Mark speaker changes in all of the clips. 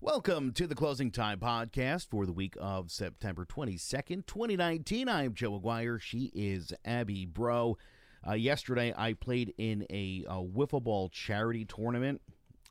Speaker 1: Welcome to the Closing Time Podcast for the week of September 22nd, 2019. I am Joe McGuire. She is Abby Bro. Uh, yesterday, I played in a, uh wiffle ball charity tournament,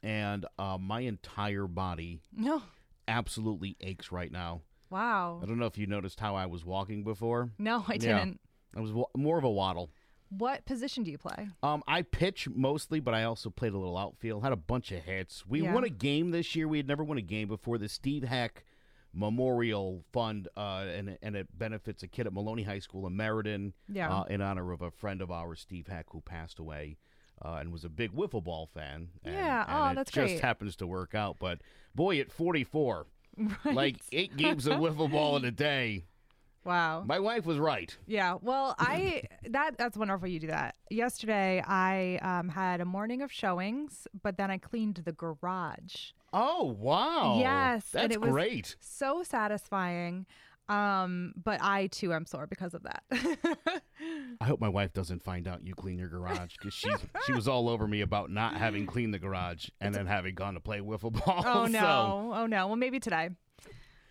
Speaker 1: and uh, my entire body
Speaker 2: No.
Speaker 1: absolutely aches right now.
Speaker 2: Wow.
Speaker 1: I don't know if you noticed how I was walking before.
Speaker 2: No, I
Speaker 1: Yeah.
Speaker 2: didn't.
Speaker 1: I was wa- more of a waddle.
Speaker 2: What position do you play?
Speaker 1: Um, I pitch mostly, but I also played a little outfield. Had a bunch of hits. We
Speaker 2: Yeah.
Speaker 1: won a game this year. We had never won a game before. The Steve Heck Memorial Fund, uh, and and it benefits a kid at Maloney High School in Meriden,
Speaker 2: Yeah.
Speaker 1: uh, in honor of a friend of ours, Steve Heck, who passed away. Uh, and was a big wiffle ball fan. And,
Speaker 2: Yeah,
Speaker 1: and
Speaker 2: aw,
Speaker 1: it
Speaker 2: that's
Speaker 1: just
Speaker 2: great.
Speaker 1: happens to work out. But boy, at 44, like eight games of wiffle ball in a day.
Speaker 2: Wow.
Speaker 1: My wife was right.
Speaker 2: Yeah. Well, I that that's wonderful you do that. Yesterday I um, had a morning of showings, but then I cleaned the garage.
Speaker 1: Oh wow!
Speaker 2: Yes, and
Speaker 1: that's
Speaker 2: it was-
Speaker 1: great.
Speaker 2: So satisfying. Um, but I too am sore because of that.
Speaker 1: I hope my wife doesn't find out you clean your garage because she she was all over me about not having cleaned the garage and then having gone to play wiffle ball.
Speaker 2: oh
Speaker 1: So,
Speaker 2: no. Oh no. Well, maybe today.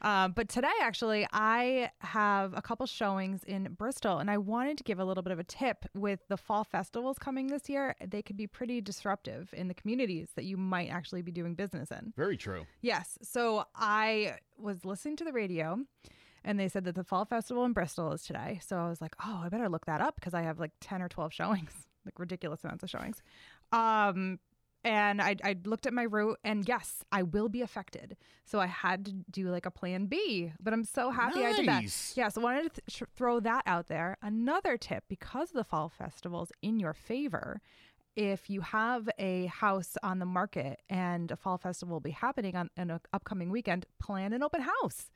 Speaker 2: Um, but today, actually, I have a couple showings in Bristol, and I wanted to give a little bit of a tip with the fall festivals coming this year. They could be pretty disruptive in the communities that you might actually be doing business in.
Speaker 1: very true.
Speaker 2: Yes. So I was listening to the radio and they said that the fall festival in Bristol is today. So I was like, oh, I better look that up because I have like 10 or 12 showings, like ridiculous amounts of showings. Um, and I, I looked at my route and yes, I will be affected. So I had to do like a plan B, but I'm so happy I did that.
Speaker 1: Nice.
Speaker 2: Yeah, so wanted to th- sh- throw that out there. Another tip because the fall festivals in your favor, if you have a house on the market and a fall festival will be happening on an upcoming weekend, plan an open house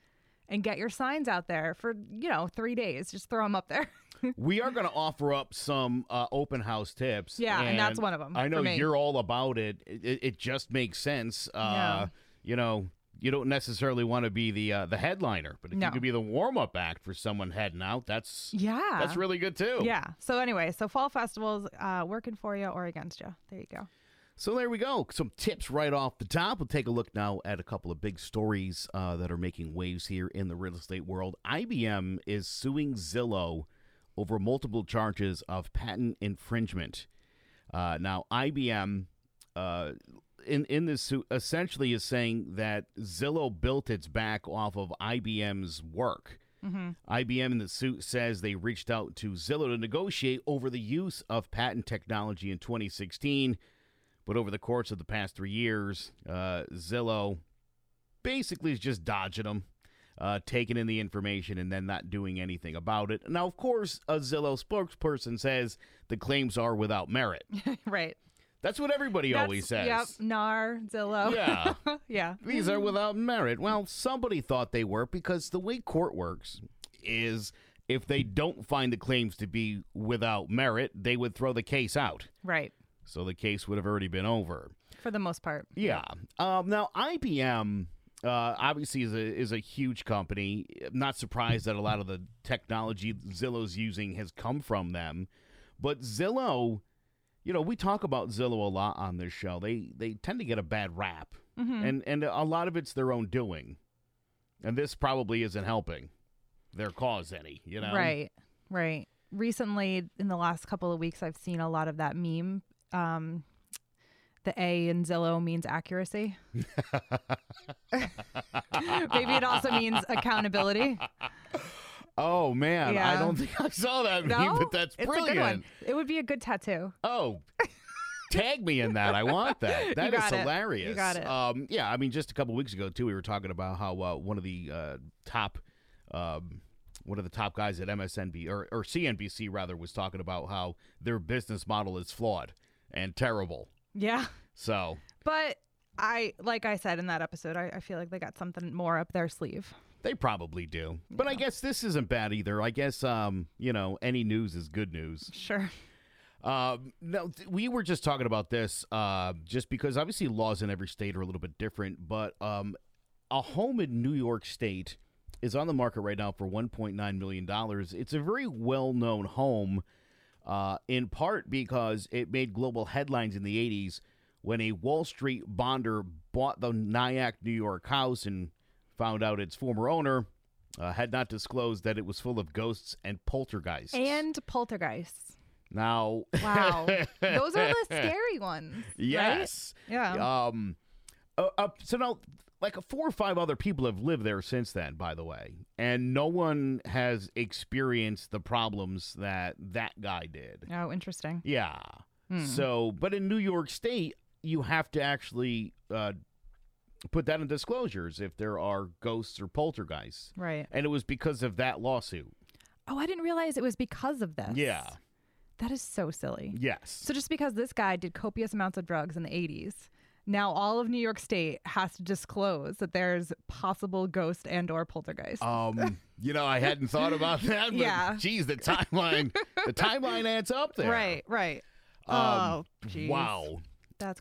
Speaker 2: and get your signs out there for, you know, 3 days. Just throw them up there.
Speaker 1: We are going to offer up some uh, open house tips.
Speaker 2: Yeah, and that's one of 'em
Speaker 1: I
Speaker 2: for
Speaker 1: know
Speaker 2: me.
Speaker 1: you're all about it. It, it, it just makes sense. Uh,
Speaker 2: Yeah.
Speaker 1: You know, you don't necessarily want to be the uh, the headliner, but if you
Speaker 2: No.
Speaker 1: could be the warm up act for someone heading out, that's
Speaker 2: yeah.
Speaker 1: that's really good too.
Speaker 2: Yeah. So anyway, so fall festivals uh, working for you or against you. There you go.
Speaker 1: So there we go. Some tips right off the top. We'll take a look now at a couple of big stories uh, that are making waves here in the real estate world. IBM is suing Zillow over multiple charges of patent infringement. Uh, now, IBM uh, in in this suit essentially is saying that Zillow built its back off of IBM's work.
Speaker 2: Mm-hmm.
Speaker 1: IBM in the suit says they reached out to Zillow to negotiate over the use of patent technology in 2016. But over the course of the past three years, uh, Zillow basically is just dodging them, uh, taking in the information and then not doing anything about it. Now, of course, a Zillow spokesperson says the claims are without merit.
Speaker 2: right.
Speaker 1: That's what everybody
Speaker 2: That's-
Speaker 1: always says.
Speaker 2: Yep. Oh. NAR, Zillow.
Speaker 1: Yeah.
Speaker 2: yeah.
Speaker 1: These are without merit. Well, somebody thought they were because the way court works is if they don't find the claims to be without merit, they would throw the case out.
Speaker 2: Right.
Speaker 1: So the case would have already been over.
Speaker 2: For the most part.
Speaker 1: Yeah. Um, now IBM uh, obviously is a is a huge company. Not surprised that a lot of the technology Zillow's using has come from them. But Zillow, you know, we talk about Zillow a lot on this show. They they tend to get a bad rap,
Speaker 2: Mm-hmm. Hmm.
Speaker 1: and and a lot of it's their own doing. And this probably isn't helping their cause any. You know,
Speaker 2: Right, right. Recently, in the last couple of weeks, I've seen a lot of that meme. Um, the A in Zillow means accuracy. Maybe it also means accountability.
Speaker 1: Oh man, I
Speaker 2: Yeah.
Speaker 1: don't think I saw that meme,
Speaker 2: No,
Speaker 1: but that's
Speaker 2: it's
Speaker 1: brilliant.
Speaker 2: a good one. It would be a good tattoo.
Speaker 1: Oh, tag me in that. I want that. That is
Speaker 2: got it. You
Speaker 1: hilarious.
Speaker 2: got it.
Speaker 1: Um, yeah, I mean, just a couple weeks ago too, we were talking about how uh, one of the uh, top, um, one of the top guys at MSNBC or, or CNBC rather was talking about how their business model is flawed and terrible.
Speaker 2: Yeah,
Speaker 1: So
Speaker 2: but I, like I said in that episode, I, I feel like they got something more up their sleeve.
Speaker 1: they probably do, but I guess this isn't bad either. I guess um, you know any news is good news.
Speaker 2: Sure.
Speaker 1: Um, no, th- we were just talking about this uh, just because obviously laws in every state are a little bit different, but um, a home in New York State is on the market right now for $1.9 million. It's a very well known home, uh, in part because it made global headlines in the 80s when a Wall Street bonder bought the Nyack, New York house and found out its former owner uh, had not disclosed that it was full of ghosts and poltergeists.
Speaker 2: And poltergeists.
Speaker 1: now,
Speaker 2: Wow. Those are the scary ones.
Speaker 1: yes,
Speaker 2: Right? Yeah.
Speaker 1: um, uh, uh, so now, like four or five other people have lived there since then, by the way, and no one has experienced the problems that that guy did.
Speaker 2: Oh, interesting.
Speaker 1: Yeah.
Speaker 2: Hmm.
Speaker 1: So, but in New York State, you have to actually uh, put that in disclosures if there are ghosts or poltergeists.
Speaker 2: Right.
Speaker 1: And it was because of that lawsuit.
Speaker 2: Oh, I didn't realize it was because of this.
Speaker 1: Yeah.
Speaker 2: That is so silly.
Speaker 1: Yes.
Speaker 2: So just because this guy did copious amounts of drugs in the 80s, now all of New York State has to disclose that there's possible ghost and or poltergeist.
Speaker 1: um, you know, I hadn't thought about that. But
Speaker 2: Yeah.
Speaker 1: Geez, the timeline, the timeline adds up there.
Speaker 2: Right, right.
Speaker 1: Um,
Speaker 2: oh, geez.
Speaker 1: Wow.
Speaker 2: That's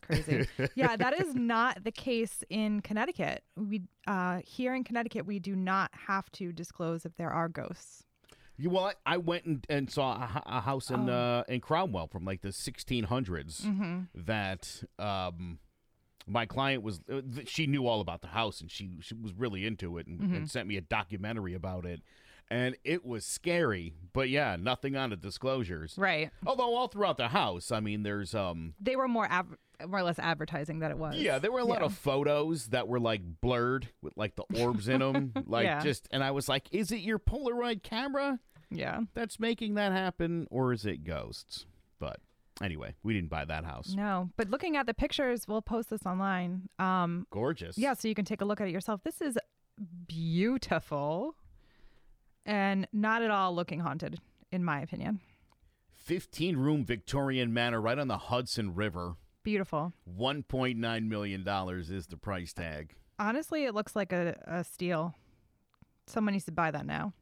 Speaker 2: crazy. yeah, that is not the case in Connecticut. We uh, here in Connecticut, we do not have to disclose if there are ghosts.
Speaker 1: You, well, I, I went and, and saw a, h- a house in
Speaker 2: Oh.
Speaker 1: uh, in Cromwell from like the 1600s.
Speaker 2: Mm-hmm.
Speaker 1: that um my client was uh, th- she knew all about the house and she, she was really into it and,
Speaker 2: Mm-hmm.
Speaker 1: and sent me a documentary about it and it was scary but yeah nothing on the disclosures
Speaker 2: Right.
Speaker 1: although all throughout the house i mean there's um
Speaker 2: They were more av- more or less advertising that it was.
Speaker 1: yeah there were a lot
Speaker 2: Yeah.
Speaker 1: of photos that were like blurred with like the orbs in them like
Speaker 2: Yeah.
Speaker 1: just and i was like is it your polaroid camera
Speaker 2: Yeah.
Speaker 1: that's making that happen or is it ghosts but anyway we didn't buy that house
Speaker 2: No, but looking at the pictures, we'll post this online. Um,
Speaker 1: gorgeous
Speaker 2: yeah, so you can take a look at it yourself. This is beautiful and not at all looking haunted, in my opinion.
Speaker 1: 15 room Victorian manor right on the Hudson River.
Speaker 2: Beautiful.
Speaker 1: $1.9 million is the price tag.
Speaker 2: Honestly, it looks like a, a steal. Someone needs to buy that now.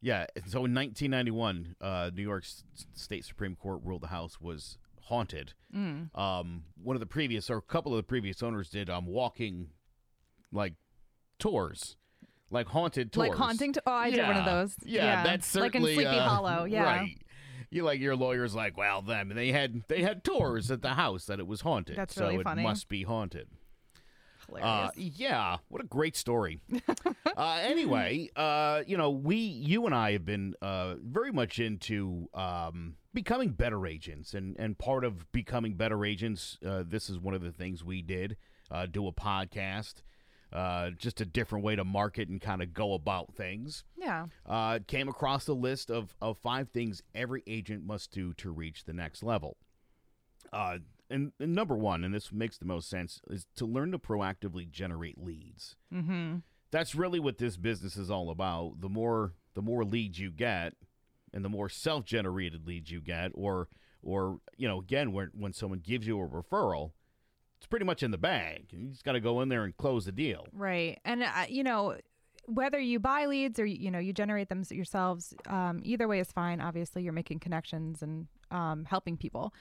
Speaker 1: Yeah, so in 1991, uh, New York S- State Supreme Court ruled the house was haunted. Um, one of the previous, or a couple of the previous owners did um, walking, like, tours. Like haunted tours.
Speaker 2: Like haunting. To- oh, I did one of
Speaker 1: Yeah.
Speaker 2: those.
Speaker 1: Yeah, that's
Speaker 2: like in
Speaker 1: certainly
Speaker 2: Sleepy
Speaker 1: uh,
Speaker 2: Hollow. Yeah,
Speaker 1: Right. You like your lawyer's like, well, them they had they had tours at the house that it was haunted.
Speaker 2: That's
Speaker 1: so
Speaker 2: really
Speaker 1: it
Speaker 2: funny.
Speaker 1: must be haunted. Uh,
Speaker 2: hilarious.
Speaker 1: yeah, what a great story. uh, anyway, uh, you know, we, you and I have been uh, very much into um, becoming better agents, and and part of becoming better agents, uh, this is one of the things we did: uh, do a podcast, uh, just a different way to market and kind of go about things.
Speaker 2: yeah,
Speaker 1: Uh, came across the list of of five things every agent must do to reach the next level. Uh, and, and number one, and this makes the most sense, is to learn to proactively generate leads.
Speaker 2: mm-hmm.
Speaker 1: That's really what this business is all about. The more the more leads you get, and the more self generated leads you get, or or you know, again, when when someone gives you a referral, it's pretty much in the bag. You just got to go in there and close the deal.
Speaker 2: right. And uh, you know, whether you buy leads or you know you generate them yourselves, um, either way is fine. Obviously, you're making connections and um, helping people.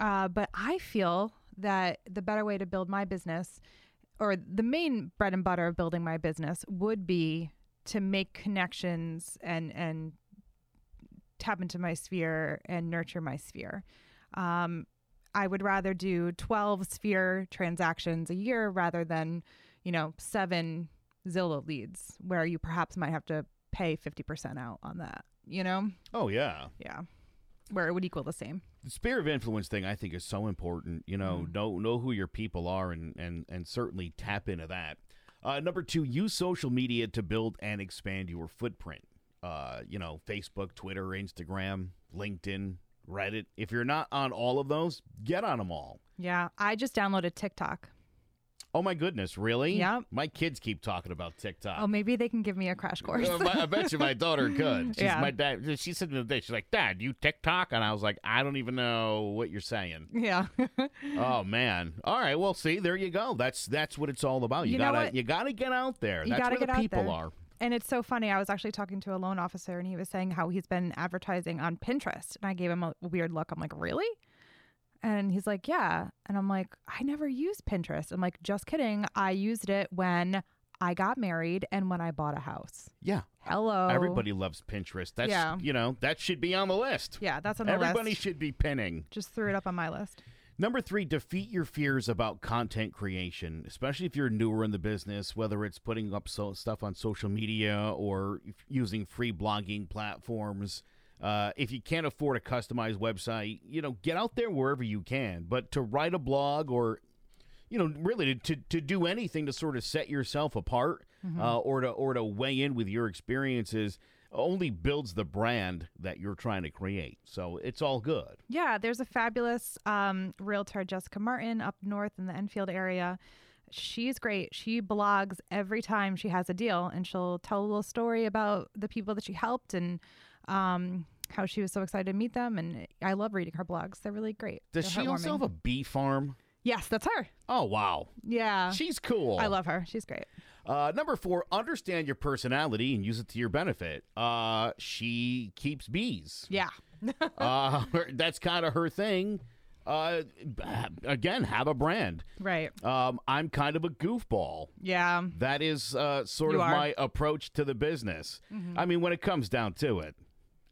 Speaker 2: Uh, but I feel that the better way to build my business, or the main bread and butter of building my business, would be to make connections and and tap into my sphere and nurture my sphere. Um, I would rather do 12 sphere transactions a year rather than, you know, seven Zillow leads where you perhaps might have to pay 50% out on that, you know?
Speaker 1: Oh yeah.
Speaker 2: Yeah. Where it would equal the same.
Speaker 1: the sphere of influence thing I think is so important. You know,
Speaker 2: Mm-hmm.
Speaker 1: know know who your people are and and and certainly tap into that. Uh, number two, use social media to build and expand your footprint. Uh, you know, Facebook, Twitter, Instagram, LinkedIn, Reddit. If you're not on all of those, get on them all.
Speaker 2: Yeah. I just downloaded TikTok.
Speaker 1: Oh my goodness, really?
Speaker 2: Yep.
Speaker 1: My kids keep talking about TikTok.
Speaker 2: Oh, maybe they can give me a crash course.
Speaker 1: Uh, my- I bet you my daughter could. She's
Speaker 2: Yeah.
Speaker 1: my dad. She said the other day, she's like, "Dad, you TikTok?" And I was like, "I don't even know what you're saying."
Speaker 2: yeah.
Speaker 1: Oh man! All right. Well, see, there you go. That's that's what it's all about. You,
Speaker 2: You know
Speaker 1: gotta
Speaker 2: what?
Speaker 1: you gotta get out there.
Speaker 2: You
Speaker 1: that's
Speaker 2: gotta
Speaker 1: where
Speaker 2: get
Speaker 1: the
Speaker 2: out
Speaker 1: people
Speaker 2: there.
Speaker 1: are.
Speaker 2: And it's so funny. I was actually talking to a loan officer, and he was saying how he's been advertising on Pinterest. And I gave him a weird look. I'm like, really? And he's like, yeah. And I'm like, I never use Pinterest. I'm like, just kidding. I used it when I got married and when I bought a house.
Speaker 1: Yeah.
Speaker 2: Hello.
Speaker 1: Everybody loves Pinterest. That's
Speaker 2: Oh. Yeah.
Speaker 1: you know that should be on the list.
Speaker 2: Yeah, that's on the
Speaker 1: Everybody
Speaker 2: list.
Speaker 1: should be pinning.
Speaker 2: just threw it up on my list.
Speaker 1: Number three, defeat your fears about content creation, especially if you're newer in the business, whether it's putting up so- stuff on social media or f- using free blogging platforms. Uh, if you can't afford a customized website, you know, get out there wherever you can. But to write a blog or, you know, really to, to, to do anything to sort of set yourself apart
Speaker 2: Mm-hmm.
Speaker 1: uh, or to or to weigh in with your experiences only builds the brand that you're trying to create. So it's all good.
Speaker 2: Yeah, there's a fabulous um, realtor, Jessica Martin, up north in the Enfield area. She's great. She blogs every time she has a deal, and she'll tell a little story about the people that she helped and um, how she was so excited to meet them. And I love reading her blogs; they're really great.
Speaker 1: Does
Speaker 2: They're
Speaker 1: she also have
Speaker 2: heartwarming.
Speaker 1: a bee farm?
Speaker 2: yes, that's her.
Speaker 1: Oh wow,
Speaker 2: Yeah,
Speaker 1: she's cool.
Speaker 2: Uh, I love her. She's great.
Speaker 1: Uh, number four, understand your personality and use it to your benefit. Uh, she keeps bees.
Speaker 2: Yeah,
Speaker 1: uh, her- that's kind of her thing. Uh, again, have a brand.
Speaker 2: right.
Speaker 1: Um, I'm kind of a goofball.
Speaker 2: Yeah,
Speaker 1: That is uh, sort
Speaker 2: You
Speaker 1: of
Speaker 2: are. Mm-hmm.
Speaker 1: my approach to the business. I mean, when it comes down to it,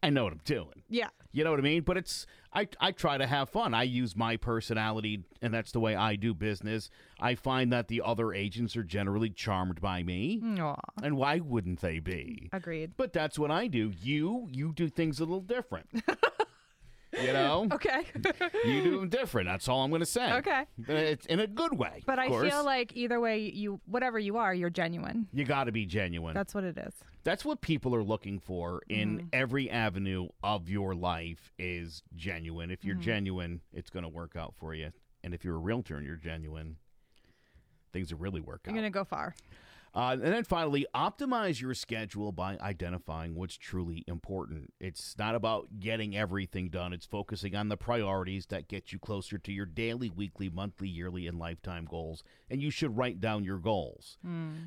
Speaker 1: I know what I'm doing.
Speaker 2: yeah,
Speaker 1: You know what I mean? But it's I I try to have fun. I use my personality and that's the way I do business. I find that the other agents are generally charmed by me.
Speaker 2: Aw,
Speaker 1: And why wouldn't they be?
Speaker 2: agreed.
Speaker 1: But that's what I do. You you do things a little different. you know?
Speaker 2: Okay,
Speaker 1: You do them different. That's all I'm going to say.
Speaker 2: Okay.
Speaker 1: It's in a good way.
Speaker 2: but
Speaker 1: of
Speaker 2: I
Speaker 1: course.
Speaker 2: feel like either way, you whatever you are, you're genuine.
Speaker 1: you got to be genuine.
Speaker 2: That's what it is.
Speaker 1: That's what people are looking for in
Speaker 2: Mm-hmm.
Speaker 1: every avenue of your life is genuine. If you're
Speaker 2: Mm-hmm.
Speaker 1: genuine, it's going to work out for you. And if you're a realtor and you're genuine, things will really work
Speaker 2: You're
Speaker 1: out.
Speaker 2: gonna go far.
Speaker 1: Uh, and then finally, optimize your schedule by identifying what's truly important. It's not about getting everything done, it's focusing on the priorities that get you closer to your daily, weekly, monthly, yearly, and lifetime goals. And you should write down your goals.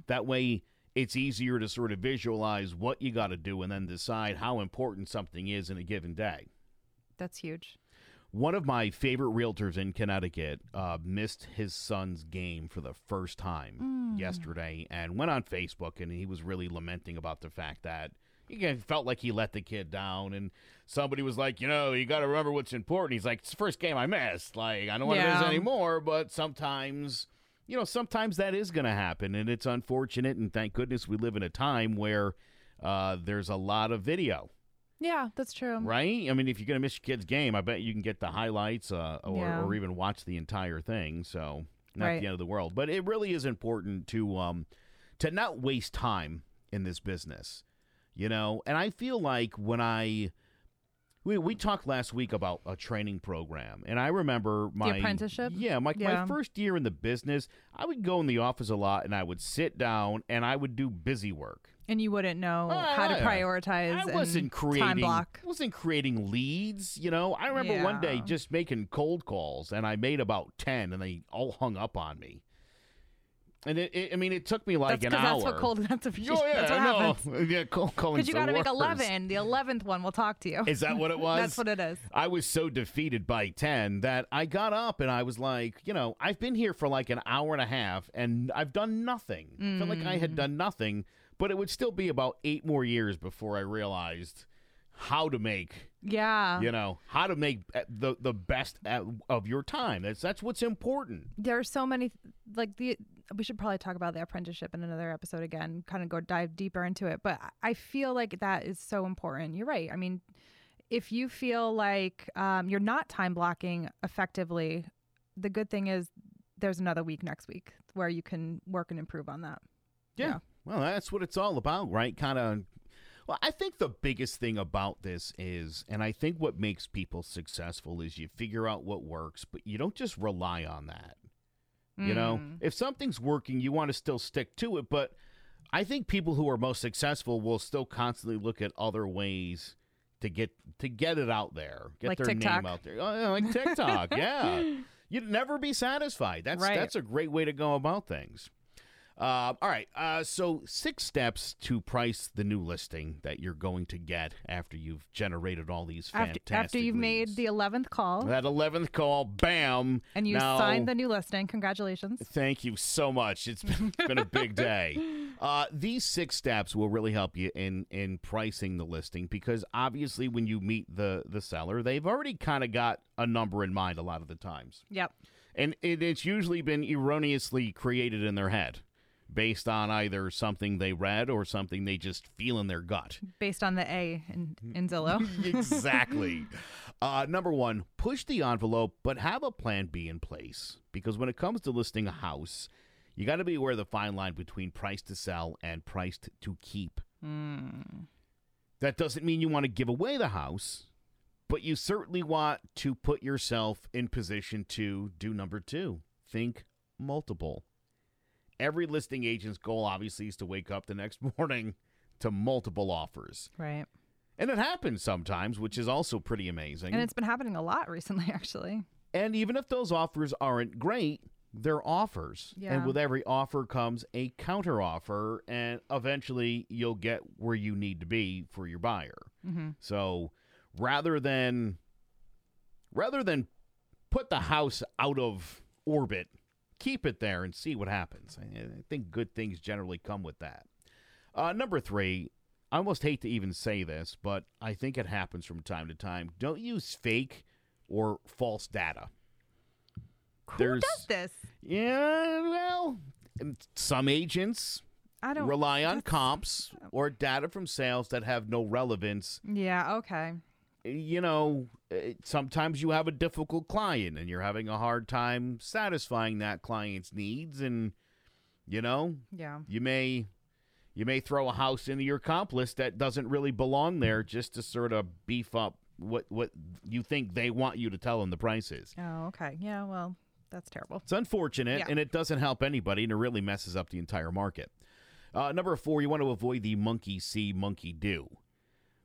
Speaker 1: That way, it's easier to sort of visualize what you got to do and then decide how important something is in a given day.
Speaker 2: That's huge.
Speaker 1: One of my favorite realtors in Connecticut uh, missed his son's game for the first time yesterday and went on Facebook and he was really lamenting about the fact that he kind of felt like he let the kid down and somebody was like, you know, you got to remember what's important. He's like, it's the first game I missed. Like, I don't want to
Speaker 2: Yeah.
Speaker 1: miss anymore, but sometimes, you know, sometimes that is going to happen and it's unfortunate. And thank goodness we live in a time where uh, there's a lot of video
Speaker 2: Yeah, that's true.
Speaker 1: right? I mean, if you're going to miss your kid's game, I bet you can get the highlights uh, or,
Speaker 2: Yeah.
Speaker 1: or even watch the entire thing. So not
Speaker 2: Right.
Speaker 1: the end of the world, but it really is important to um, to not waste time in this business, you know. And I feel like when I we, we talked last week about a training program, and I remember my
Speaker 2: apprenticeship?
Speaker 1: Yeah, my, my
Speaker 2: Yeah.
Speaker 1: first year in the business, I would go in the office a lot, and I would sit down and I would do busy work.
Speaker 2: And you wouldn't know
Speaker 1: Oh,
Speaker 2: how to
Speaker 1: yeah.
Speaker 2: prioritize.
Speaker 1: I
Speaker 2: and
Speaker 1: wasn't creating
Speaker 2: time block.
Speaker 1: I wasn't creating leads, you know. I remember one day
Speaker 2: Yeah.
Speaker 1: just making cold calls and I made about 10 and they all hung up on me. And it, it I mean it took me like
Speaker 2: that's
Speaker 1: an hour.
Speaker 2: that's what cold. That's, a,
Speaker 1: Oh, yeah,
Speaker 2: that's what
Speaker 1: no.
Speaker 2: happens.
Speaker 1: Yeah, cold calling's
Speaker 2: Because you
Speaker 1: the
Speaker 2: got to make
Speaker 1: worst.
Speaker 2: eleven. The eleventh one will talk to you.
Speaker 1: Is that what it was?
Speaker 2: that's what it is.
Speaker 1: I was so defeated by 10 that I got up and I was like, you know, I've been here for like an hour and a half and I've done nothing. I felt like I had done nothing, but it would still be about eight more years before I realized how to make,
Speaker 2: Yeah.
Speaker 1: you know, how to make uh, the the best at, of your time. That's that's what's important.
Speaker 2: There are so many like the. We should probably talk about the apprenticeship in another episode again. Kind of go dive deeper into it, but I- I feel like that is so important. You're right. I mean, if you feel like um, you're not time blocking effectively, the good thing is there's another week next week where you can work and improve on that. Yeah.
Speaker 1: Well, that's what it's all about, right? Kind of. Well, I think the biggest thing about this is, and I think what makes people successful is you figure out what works, but you don't just rely on that. You know,
Speaker 2: Mm.
Speaker 1: if something's working, you want to still stick to it, but I think people who are most successful will still constantly look at other ways to get to get it out there, get
Speaker 2: Like
Speaker 1: their
Speaker 2: TikTok?
Speaker 1: name out there. Oh, yeah, like TikTok, yeah. You'd never be satisfied. That's
Speaker 2: Right.
Speaker 1: that's a great way to go about things. Uh, all right. Uh, so six steps to price the new listing that you're going to get after you've generated all these
Speaker 2: after,
Speaker 1: fantastic.
Speaker 2: after you've made
Speaker 1: leads.
Speaker 2: the 11th call
Speaker 1: that eleventh call, bam,
Speaker 2: and you
Speaker 1: now,
Speaker 2: signed the new listing congratulations
Speaker 1: Thank you so much. It's been, it's been a big day. Uh, these six steps will really help you in in pricing the listing because obviously when you meet the the seller, they've already kind of got a number in mind a lot of the times,
Speaker 2: Yep.
Speaker 1: and it, it's usually been erroneously created in their head based on either something they read or something they just feel in their gut.
Speaker 2: Based on the A in, in Zillow.
Speaker 1: exactly. Uh, number one, push the envelope, but have a plan B in place. Because when it comes to listing a house, you got to be aware of the fine line between price to sell and price t- to keep.
Speaker 2: Mm.
Speaker 1: That doesn't mean you want to give away the house, but you certainly want to put yourself in position to do number two think multiple. Every listing agent's goal, obviously, is to wake up the next morning to multiple offers.
Speaker 2: Right.
Speaker 1: And it happens sometimes, which is also pretty amazing.
Speaker 2: And it's been happening a lot recently, actually.
Speaker 1: And even if those offers aren't great, they're offers. And
Speaker 2: Yeah.
Speaker 1: with every offer comes a counter offer, and eventually you'll get where you need to be for your buyer.
Speaker 2: Mm-hmm.
Speaker 1: So rather than rather than put the house out of orbit, keep it there and see what happens. I, I think good things generally come with that. Uh, number three, I almost hate to even say this, but I think it happens from time to time. Don't use fake or false data.
Speaker 2: Who
Speaker 1: There's
Speaker 2: does this?
Speaker 1: yeah, well, some agents
Speaker 2: I don't.
Speaker 1: rely on
Speaker 2: that's-
Speaker 1: comps or data from sales that have no relevance
Speaker 2: Yeah. Okay.
Speaker 1: you know, eh, sometimes you have a difficult client and you're having a hard time satisfying that client's needs and you know,
Speaker 2: Yeah.
Speaker 1: you may you may throw a house into your comp list that doesn't really belong there just to sort of beef up what what you think they want you to tell them the price is.
Speaker 2: Oh. Okay. Yeah. Well, that's terrible.
Speaker 1: It's unfortunate,
Speaker 2: Yeah.
Speaker 1: and it doesn't help anybody, and it really messes up the entire market. Uh, number four, you want to avoid the monkey see, monkey do.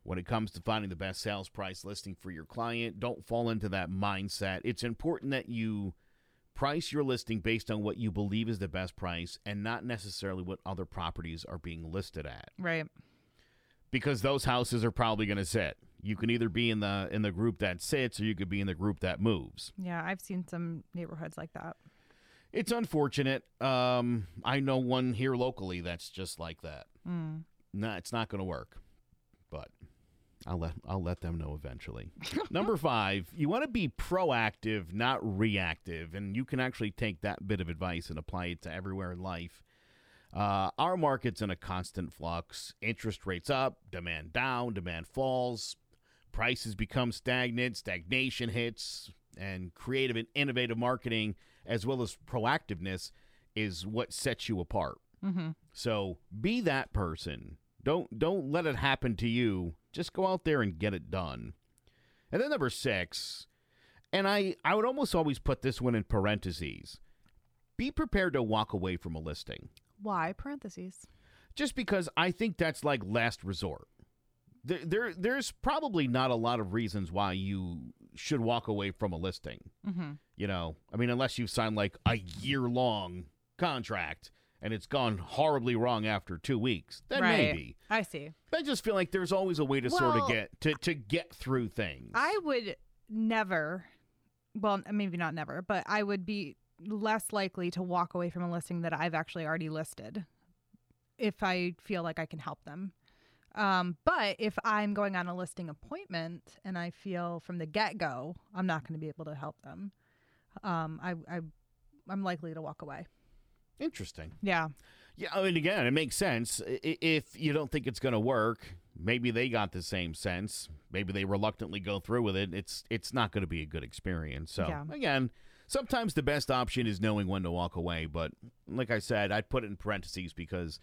Speaker 1: When it comes to finding the best sales price listing for your client, don't fall into that mindset. It's important that you price your listing based on what you believe is the best price and not necessarily what other properties are being listed at
Speaker 2: Right.
Speaker 1: because those houses are probably going to sit. You can either be in the in the group that sits or you could be in the group that moves.
Speaker 2: Yeah. I've seen some neighborhoods like that.
Speaker 1: It's unfortunate. Um, I know one here locally that's just like that.
Speaker 2: Mm.
Speaker 1: Nah, it's not going to work, but I'll let I'll let them know eventually. Number five, you want to be proactive, not reactive, and you can actually take that bit of advice and apply it to everywhere in life. Uh, our market's in a constant flux. Interest rates up, demand down, demand falls, prices become stagnant, stagnation hits, and creative and innovative marketing, as well as proactiveness, is what sets you apart.
Speaker 2: Mm-hmm.
Speaker 1: So be that person. Don't don't let it happen to you. Just go out there and get it done. And then number six, and I I would almost always put this one in parentheses. Be prepared to walk away from a listing.
Speaker 2: Why? Parentheses.
Speaker 1: Just because I think that's like last resort. There, there there's probably not a lot of reasons why you should walk away from a listing
Speaker 2: Mm-hmm.
Speaker 1: you know i mean unless you've signed like a year long contract and it's gone horribly wrong after two weeks then
Speaker 2: right.
Speaker 1: maybe
Speaker 2: I see.
Speaker 1: i just feel like there's always a way to sort of
Speaker 2: Well,
Speaker 1: get to, to get through things
Speaker 2: I would never, well, maybe not never, but I would be less likely to walk away from a listing that I've actually already listed if I feel like I can help them. Um, but if I'm going on a listing appointment and I feel from the get go I'm not going to be able to help them, um, I, I, I'm likely to walk away.
Speaker 1: interesting
Speaker 2: Yeah.
Speaker 1: yeah i mean again it makes sense I- i- if you don't think it's going to work maybe they got the same sense maybe they reluctantly go through with it it's it's not going to be a good experience so
Speaker 2: Yeah.
Speaker 1: again sometimes the best option is knowing when to walk away but like i said i'd put it in parentheses because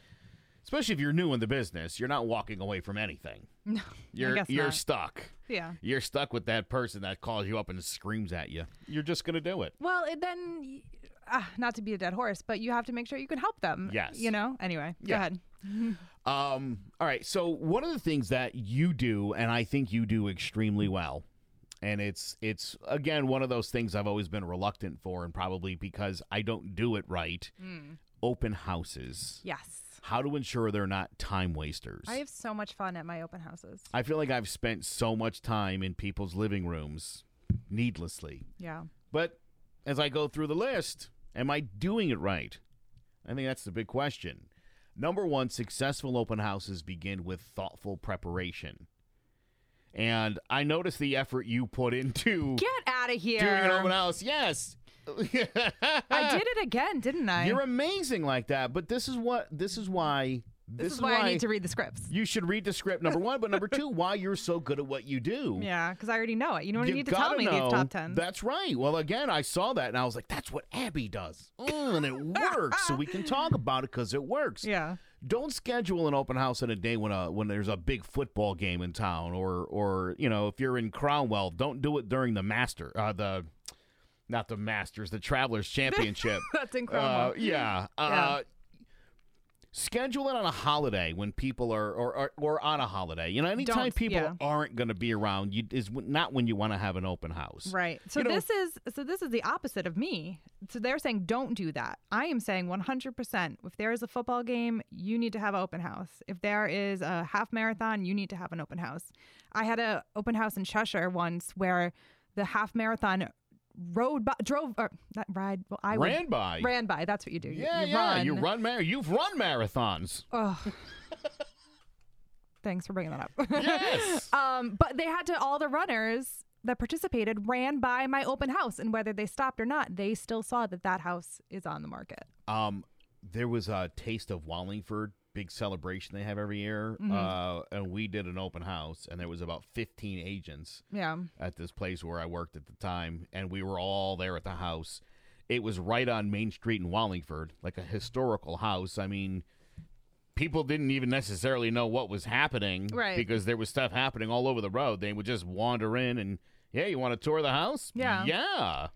Speaker 1: especially if you're new in the business, you're not walking away from anything.
Speaker 2: No,
Speaker 1: You're
Speaker 2: guess
Speaker 1: you're
Speaker 2: not.
Speaker 1: stuck.
Speaker 2: Yeah.
Speaker 1: You're stuck with that person that calls you up and screams at you. You're just gonna do it.
Speaker 2: Well, it then, y- ah, not to be a dead horse, but you have to make sure you can help them.
Speaker 1: Yes.
Speaker 2: You know? Anyway,
Speaker 1: Yeah.
Speaker 2: go ahead.
Speaker 1: Um. All right. So one of the things that you do, and I think you do extremely well, and it's it's again one of those things I've always been reluctant for, and probably because I don't do it right. Open houses.
Speaker 2: Yes.
Speaker 1: How to ensure they're not time wasters.
Speaker 2: I have so much fun at my open houses.
Speaker 1: I feel like I've spent so much time in people's living rooms needlessly.
Speaker 2: Yeah.
Speaker 1: But as I go through the list, am I doing it right? I think that's the big question. Number one, successful open houses begin with thoughtful preparation. And I noticed the effort you put into
Speaker 2: Get out of here.
Speaker 1: doing an open house. Yes.
Speaker 2: I did it again, didn't I?
Speaker 1: You're amazing like that, but this is what this is why this,
Speaker 2: this, is why, I need to read the scripts.
Speaker 1: you should read the script number one, but number two, why you're so good at what you do.
Speaker 2: Yeah, because I already know it. You don't
Speaker 1: You
Speaker 2: need to
Speaker 1: Mm.
Speaker 2: tell
Speaker 1: gotta
Speaker 2: me
Speaker 1: know-
Speaker 2: these top ten.
Speaker 1: That's right. Well, again, I saw that and I was like, that's what Abby does. Mm, and it works. so we can talk about it because it works.
Speaker 2: yeah.
Speaker 1: Don't schedule an open house on a day when a when there's a big football game in town or or you know, if you're in Cromwell, don't do it during the master uh the not the Masters, the Travelers Championship.
Speaker 2: That's
Speaker 1: Uh,
Speaker 2: incredible.
Speaker 1: yeah.
Speaker 2: Mm-hmm.
Speaker 1: Uh, Schedule it on a holiday when people are, or, or, or on a holiday. You know, anytime
Speaker 2: Don't-
Speaker 1: people
Speaker 2: yeah.
Speaker 1: aren't going to be around, you, is w- not when you want to have an open house.
Speaker 2: right. So
Speaker 1: you know-
Speaker 2: this is so this is the opposite of me. So they're saying don't do that. I am saying 100%. If there is a football game, you need to have an open house. If there is a half marathon, you need to have an open house. I had an open house in Cheshire once where the half marathon rode by, drove or not ride. Well, I would-
Speaker 1: Ran by.
Speaker 2: ran by. That's what you do. You-
Speaker 1: yeah,
Speaker 2: you,
Speaker 1: yeah.
Speaker 2: Run.
Speaker 1: You run mar- You've run marathons.
Speaker 2: Oh. Thanks for bringing that up.
Speaker 1: Yes.
Speaker 2: um, but they had to all the runners that participated ran by my open house, and whether they stopped or not, they still saw that that house is on the market.
Speaker 1: Um, there was a taste of Wallingford big celebration they have every year,
Speaker 2: Mm-hmm.
Speaker 1: uh, and we did an open house, and there was about fifteen agents
Speaker 2: Yeah.
Speaker 1: at this place where I worked at the time, and we were all there at the house. It was right on Main Street in Wallingford, like a historical house. I mean, people didn't even necessarily know what was happening,
Speaker 2: Right.
Speaker 1: Because there was stuff happening all over the road. They would just wander in and, yeah, you want to tour the house?
Speaker 2: Yeah.
Speaker 1: yeah.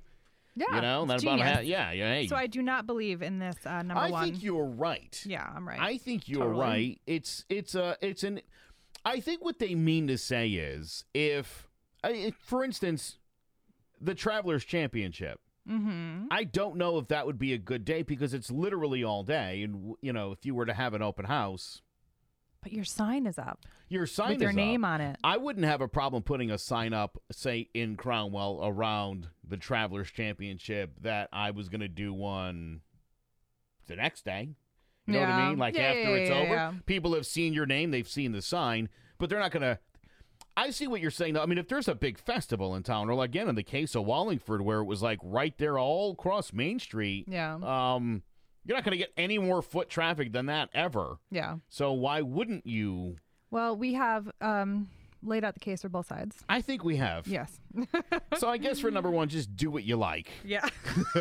Speaker 2: Yeah.
Speaker 1: You know,
Speaker 2: it's
Speaker 1: not about
Speaker 2: genius.
Speaker 1: ha- yeah, yeah. Hey,
Speaker 2: So I do not believe in this uh, number
Speaker 1: I
Speaker 2: one.
Speaker 1: think you're right.
Speaker 2: yeah, I'm right.
Speaker 1: I think you're
Speaker 2: Totally.
Speaker 1: right. It's it's a it's an. I think what they mean to say is if, I- if for instance, the Travelers Championship.
Speaker 2: mm-hmm.
Speaker 1: I don't know if that would be a good day because it's literally all day, and you know if you were to have an open house,
Speaker 2: But your sign is up
Speaker 1: your sign
Speaker 2: with your
Speaker 1: is
Speaker 2: name
Speaker 1: Up.
Speaker 2: on it.
Speaker 1: I wouldn't have a problem putting a sign up, say in Cromwell, around the Travelers Championship that I was going to do one the next day. You know what I
Speaker 2: Yeah.
Speaker 1: mean? Like
Speaker 2: Yeah,
Speaker 1: after
Speaker 2: yeah,
Speaker 1: it's
Speaker 2: yeah,
Speaker 1: over,
Speaker 2: yeah.
Speaker 1: people have seen your name, they've seen the sign, but they're not going to. I see what you're saying though. I mean, if there's a big festival in town, or like, again in the case of Wallingford, where it was like right there all across Main Street,
Speaker 2: Yeah.
Speaker 1: um, you're not going to get any more foot traffic than that ever.
Speaker 2: yeah.
Speaker 1: So why wouldn't you?
Speaker 2: Well, we have um, laid out the case for both sides.
Speaker 1: I think we have.
Speaker 2: Yes.
Speaker 1: So I guess for number one, just do what you like.
Speaker 2: yeah.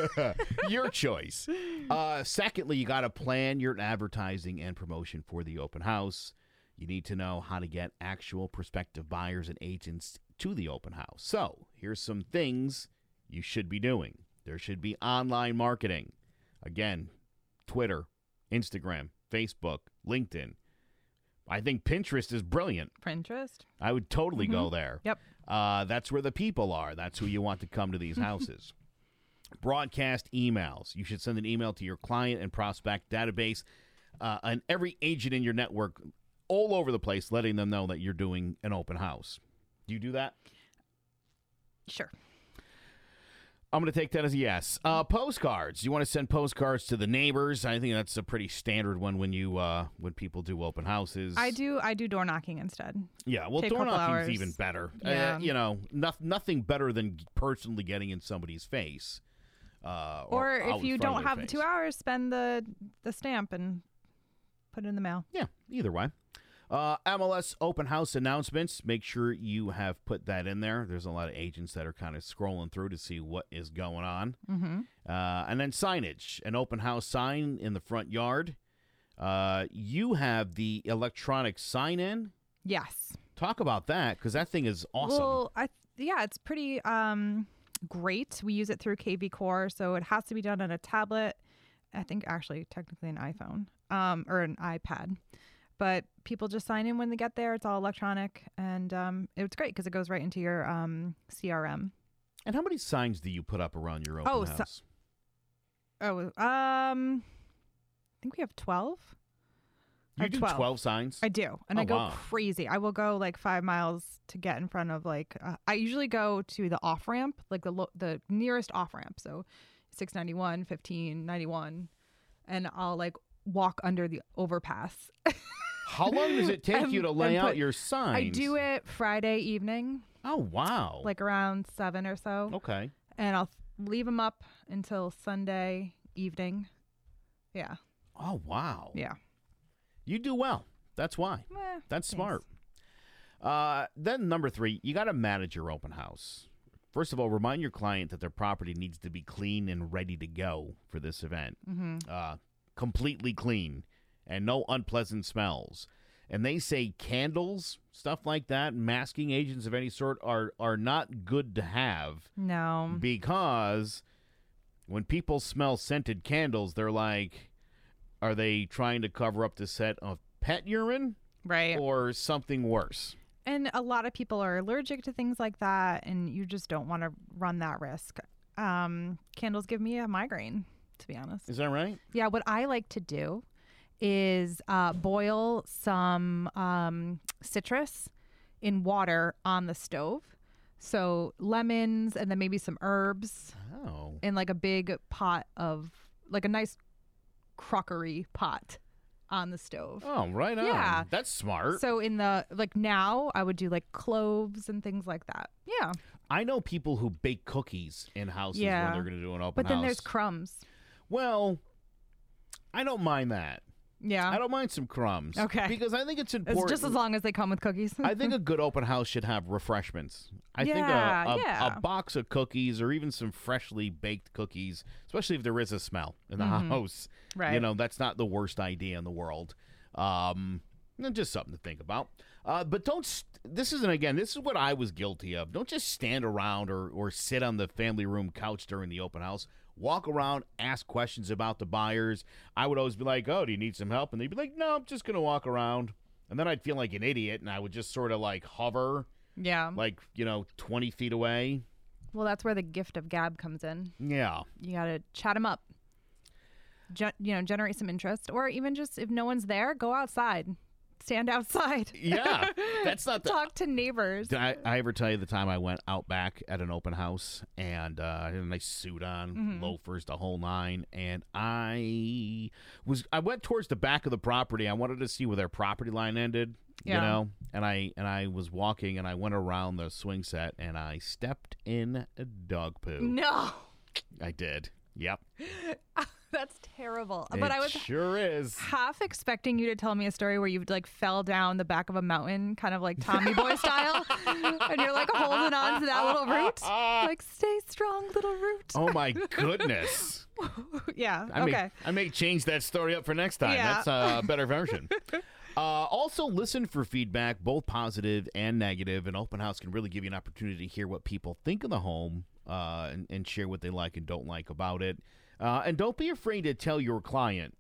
Speaker 1: Your choice. Uh, secondly, you got to plan your advertising and promotion for the open house. You need to know how to get actual prospective buyers and agents to the open house. So here's some things you should be doing. There should be online marketing. Again, Twitter, Instagram, Facebook, LinkedIn. I think Pinterest is brilliant.
Speaker 2: Pinterest.
Speaker 1: I would totally go there.
Speaker 2: Mm-hmm. Yep.
Speaker 1: Uh, that's where the people are. That's who you want to come to these
Speaker 2: Mm-hmm.
Speaker 1: houses. Broadcast emails. You should send an email to your client and prospect database uh, and every agent in your network all over the place, letting them know that you're doing an open house. Do you do that?
Speaker 2: Sure.
Speaker 1: I'm going to take that as a yes. Uh, postcards. You want to send postcards to the neighbors? I think that's a pretty standard one when you uh, when people do open houses.
Speaker 2: I do. I do door knocking instead.
Speaker 1: Yeah, well,
Speaker 2: Take a
Speaker 1: door
Speaker 2: couple
Speaker 1: knocking's
Speaker 2: hours.
Speaker 1: even better.
Speaker 2: Yeah.
Speaker 1: Uh, you know, no, nothing better than personally getting in somebody's face. Uh,
Speaker 2: Or,
Speaker 1: out
Speaker 2: if
Speaker 1: in
Speaker 2: you
Speaker 1: front of
Speaker 2: don't
Speaker 1: their
Speaker 2: have the
Speaker 1: face.
Speaker 2: two hours, spend the the stamp and put it in the mail.
Speaker 1: Yeah, either way. Uh, MLS open house announcements. Make sure you have put that in there. There's a lot of agents that are kind of scrolling through to see what is going on.
Speaker 2: Mm-hmm.
Speaker 1: Uh, and then signage, an open house sign in the front yard. Uh, you have the electronic sign in.
Speaker 2: Yes.
Speaker 1: Talk about that because that thing is awesome.
Speaker 2: Well, I yeah, it's pretty um great. We use it through KV Core, so it has to be done on a tablet. I think actually technically an iPhone um or an iPad. But people just sign in when they get there. It's all electronic, and um, it's great because it goes right into your um, CRM.
Speaker 1: and how many signs do you put up around your open
Speaker 2: Oh, so-
Speaker 1: house?
Speaker 2: Oh, um, I think we have twelve. I
Speaker 1: You
Speaker 2: have
Speaker 1: do 12.
Speaker 2: 12.
Speaker 1: signs?
Speaker 2: I do, and
Speaker 1: Oh,
Speaker 2: I go
Speaker 1: wow.
Speaker 2: crazy. I will go like five miles to get in front of like uh, I usually go to the off ramp, like the lo- the nearest off ramp, so 691, 15, 91, and I'll like walk under the overpass.
Speaker 1: How long does it take
Speaker 2: And-
Speaker 1: you to lay
Speaker 2: and
Speaker 1: out
Speaker 2: put-
Speaker 1: your signs?
Speaker 2: I do it Friday evening,
Speaker 1: Oh wow.
Speaker 2: like around seven or so,
Speaker 1: okay.
Speaker 2: and I'll leave them up until Sunday evening. Yeah,
Speaker 1: Oh wow.
Speaker 2: yeah.
Speaker 1: You do well. That's why.
Speaker 2: Meh,
Speaker 1: That's
Speaker 2: thanks.
Speaker 1: smart. Uh, then number three, you got to manage your open house. First of all, remind your client that their property needs to be clean and ready to go for this event.
Speaker 2: mm-hmm.
Speaker 1: Uh, completely clean and no unpleasant smells. And they say candles, stuff like that, masking agents of any sort are are not good to have
Speaker 2: No,
Speaker 1: because when people smell scented candles, they're like, are they trying to cover up the scent of pet urine?
Speaker 2: right.
Speaker 1: or something worse.
Speaker 2: And a lot of people are allergic to things like that, and you just don't want to run that risk. Um, candles give me a migraine, to be honest.
Speaker 1: Is that right?
Speaker 2: Yeah, what I like to do is uh, boil some um, citrus in water on the stove. So lemons and then maybe some herbs
Speaker 1: Oh.
Speaker 2: in like a big pot of like a nice crockery pot on the stove.
Speaker 1: Oh, right on.
Speaker 2: Yeah.
Speaker 1: That's smart.
Speaker 2: So in the like now I would do like cloves and things like that. Yeah.
Speaker 1: I know people who bake cookies in houses when
Speaker 2: Yeah.
Speaker 1: they're going to do an open
Speaker 2: But then
Speaker 1: house.
Speaker 2: there's crumbs.
Speaker 1: well, I don't mind that. I
Speaker 2: Yeah.
Speaker 1: don't mind some crumbs.
Speaker 2: Uh. Okay.
Speaker 1: Because I think it's
Speaker 2: It's
Speaker 1: important.
Speaker 2: just as long as they come with cookies.
Speaker 1: I think a good open house should have refreshments. I think
Speaker 2: Yeah,
Speaker 1: a, a,
Speaker 2: yeah.
Speaker 1: a box of cookies or even some freshly baked cookies, especially if there is a smell in the
Speaker 2: Mm-hmm.
Speaker 1: house. You
Speaker 2: Right.
Speaker 1: know, that's not the worst idea in the world. Um, and just something to think about. Uh, but don't, st- this isn't, again, this is what I was guilty of. Don't just stand around or, or sit on the family room couch during the open house. Walk around, ask questions about the buyers. I would always be like, oh, do you need some help? And they'd be like, no, I'm just going to walk around. And then I'd feel like an idiot and I would just sort of like hover,
Speaker 2: yeah.
Speaker 1: like, you know, 20 feet away.
Speaker 2: Well, that's where the gift of gab comes in.
Speaker 1: Yeah.
Speaker 2: you got to chat them up Gen- you know generate some interest or even just if no one's there go outside stand outside
Speaker 1: Yeah. that's not the
Speaker 2: talk to neighbors
Speaker 1: Did I, I ever tell you the time I went out back at an open house and uh, I had a nice suit on,
Speaker 2: Mm-hmm.
Speaker 1: loafers, the whole nine, and I was I went towards the back of the property. I wanted to see where their property line ended, you
Speaker 2: Yeah.
Speaker 1: know, and I and I was walking and I went around the swing set and I stepped in a dog poo.
Speaker 2: no
Speaker 1: I did. Yep.
Speaker 2: that's terrible but i
Speaker 1: It
Speaker 2: was
Speaker 1: sure is.
Speaker 2: half expecting you to tell me a story where you like fell down the back of a mountain kind of like tommy boy style and you're like holding on to that little root like stay strong little root
Speaker 1: Oh my goodness.
Speaker 2: yeah
Speaker 1: I
Speaker 2: okay
Speaker 1: may, I may change that story up for next time.
Speaker 2: Yeah.
Speaker 1: That's a better version. uh, also, listen for feedback, both positive and negative. An open house can really give you an opportunity to hear what people think of the home uh, and, and share what they like and don't like about it. Uh, and don't be afraid to tell your client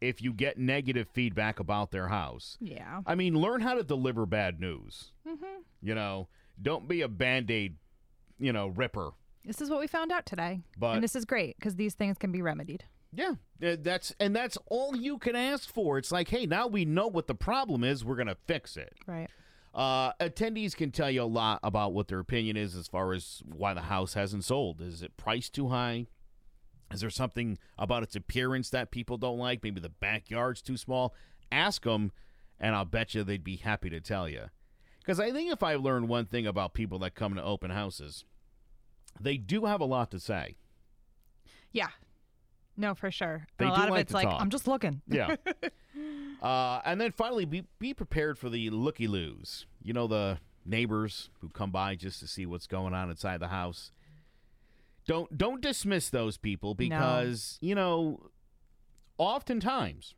Speaker 1: if you get negative feedback about their house.
Speaker 2: yeah
Speaker 1: I mean, learn how to deliver bad news.
Speaker 2: Mm-hmm.
Speaker 1: You know, don't be a band aid, you know, ripper.
Speaker 2: this is what we found out today
Speaker 1: But-
Speaker 2: and this is great because these things can be remedied
Speaker 1: Yeah, uh, that's and that's all you can ask for. It's like, hey, now we know what the problem is. We're gonna fix it.
Speaker 2: right
Speaker 1: Uh, attendees can tell you a lot about what their opinion is as far as why the house hasn't sold. Is it priced too high? Is there something about its appearance that people don't like? Maybe the backyard's too small. Ask them, and I'll bet you they'd be happy to tell you. Because I think if I learned one thing about people that come to open houses, they do have a lot to say.
Speaker 2: Yeah. No, for sure.
Speaker 1: They
Speaker 2: and a
Speaker 1: do
Speaker 2: lot of
Speaker 1: like
Speaker 2: it's
Speaker 1: to
Speaker 2: like,
Speaker 1: talk.
Speaker 2: I'm just looking.
Speaker 1: Yeah. uh, and then finally, be, be prepared for the looky loos. You know, the neighbors who come by just to see what's going on inside the house. Don't don't dismiss those people because you know, oftentimes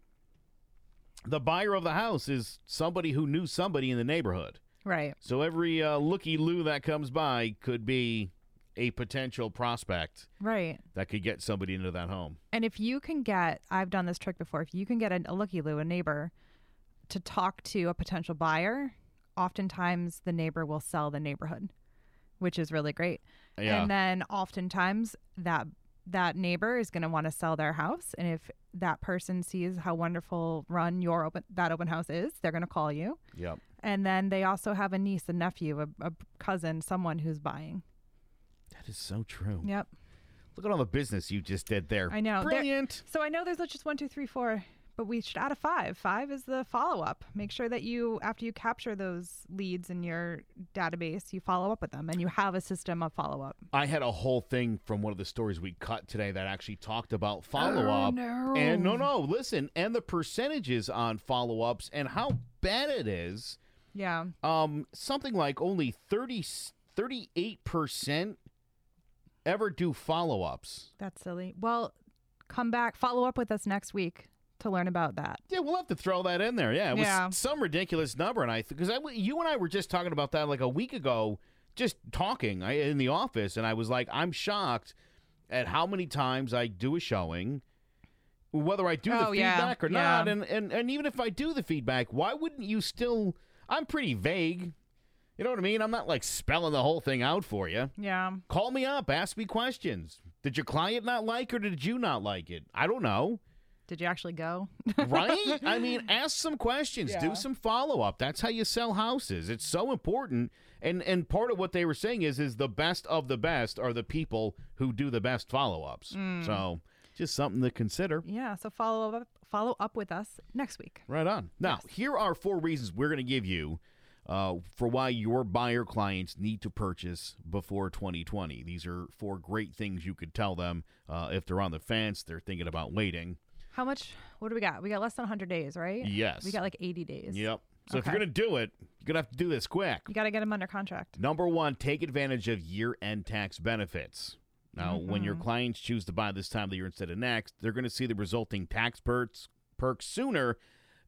Speaker 1: the buyer of the house is somebody who knew somebody in the neighborhood.
Speaker 2: Right.
Speaker 1: So every uh, looky loo that comes by could be a potential prospect
Speaker 2: Right.
Speaker 1: that could get somebody into that home.
Speaker 2: And if you can get, I've done this trick before, if you can get a, a looky loo, a neighbor, to talk to a potential buyer, oftentimes the neighbor will sell the neighborhood, which is really great.
Speaker 1: Yeah.
Speaker 2: And then oftentimes that that neighbor is going to want to sell their house and if that person sees how wonderful run your open that open house is they're going to call you
Speaker 1: Yep.
Speaker 2: and then they also have a niece a nephew a, a cousin someone who's buying
Speaker 1: That is so true.
Speaker 2: yep
Speaker 1: Look at all the business you just did there.
Speaker 2: I know. They're-
Speaker 1: Brilliant.
Speaker 2: So I know there's not just one, two, three, four, But we should add a five. Five is the follow up. Make sure that you, after you capture those leads in your database, you follow up with them and you have a system of follow up.
Speaker 1: I had a whole thing from one of the stories we cut today that actually talked about follow
Speaker 2: Oh,
Speaker 1: up. And no, no, listen, and the percentages on follow ups and how bad it is.
Speaker 2: Yeah.
Speaker 1: Um, something like only 30, 38% ever do follow ups.
Speaker 2: That's silly. Well, come back, follow up with us next week to learn about that.
Speaker 1: Yeah, we'll have to throw that in there. Yeah, it was
Speaker 2: Yeah.
Speaker 1: some ridiculous number, and I because I you and I were just talking about that like a week ago, just talking I, in the office, and I was like, I'm shocked at how many times I do a showing, whether I do the
Speaker 2: Oh, yeah.
Speaker 1: feedback or
Speaker 2: Yeah.
Speaker 1: not, and, and and even if I do the feedback, why wouldn't you still? I'm pretty vague. You know what I mean? I'm not like spelling the whole thing out for you.
Speaker 2: Yeah.
Speaker 1: Call me up, ask me questions. Did your client not like or did you not like it? I don't know
Speaker 2: Did you actually go?
Speaker 1: right? I mean, ask some questions,
Speaker 2: Yeah.
Speaker 1: do some follow up. That's how you sell houses. It's so important. And and part of what they were saying is is the best of the best are the people who do the best follow ups.
Speaker 2: Mm.
Speaker 1: So just something to consider.
Speaker 2: yeah. So follow up, follow up with us next week.
Speaker 1: Right on. Now, here are four reasons we're going to give you uh, for why your buyer clients need to purchase before 2020. These are four great things you could tell them uh, if they're on the fence, they're thinking about waiting.
Speaker 2: How much? What do we got? We got less than 100 days, right?
Speaker 1: Yes.
Speaker 2: We got like 80 days.
Speaker 1: Yep. So if you're
Speaker 2: Okay.
Speaker 1: going to do it, you're going to have to do this quick.
Speaker 2: You got to get them under contract.
Speaker 1: Number one, take advantage of year end tax benefits. Now, when
Speaker 2: Mm-hmm.
Speaker 1: your clients choose to buy this time of the year instead of next, they're going to see the resulting tax perks, perks sooner.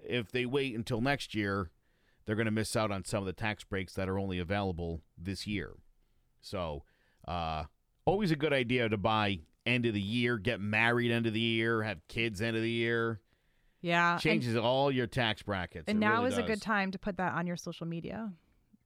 Speaker 1: If they wait until next year, they're going to miss out on some of the tax breaks that are only available this year. So, uh, always a good idea to buy end of the year, get married end of the year, have kids end of the year.
Speaker 2: Yeah. Uh, and-
Speaker 1: Changes all your tax brackets.
Speaker 2: And
Speaker 1: It
Speaker 2: now
Speaker 1: really
Speaker 2: is a
Speaker 1: does.
Speaker 2: good time to put that on your social media.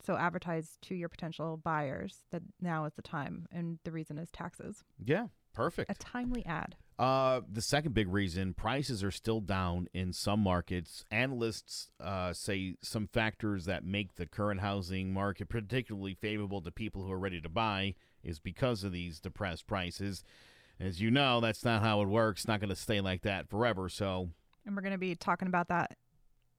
Speaker 2: So advertise to your potential buyers that now is the time. And the reason is taxes.
Speaker 1: Yeah, perfect.
Speaker 2: A timely ad.
Speaker 1: Uh, the second big reason prices are still down in some markets. Analysts uh, say some factors that make the current housing market particularly favorable to people who are ready to buy is because of these depressed prices. As you know, that's not how it works. Not going to stay like that forever. So,
Speaker 2: And we're going to be talking about that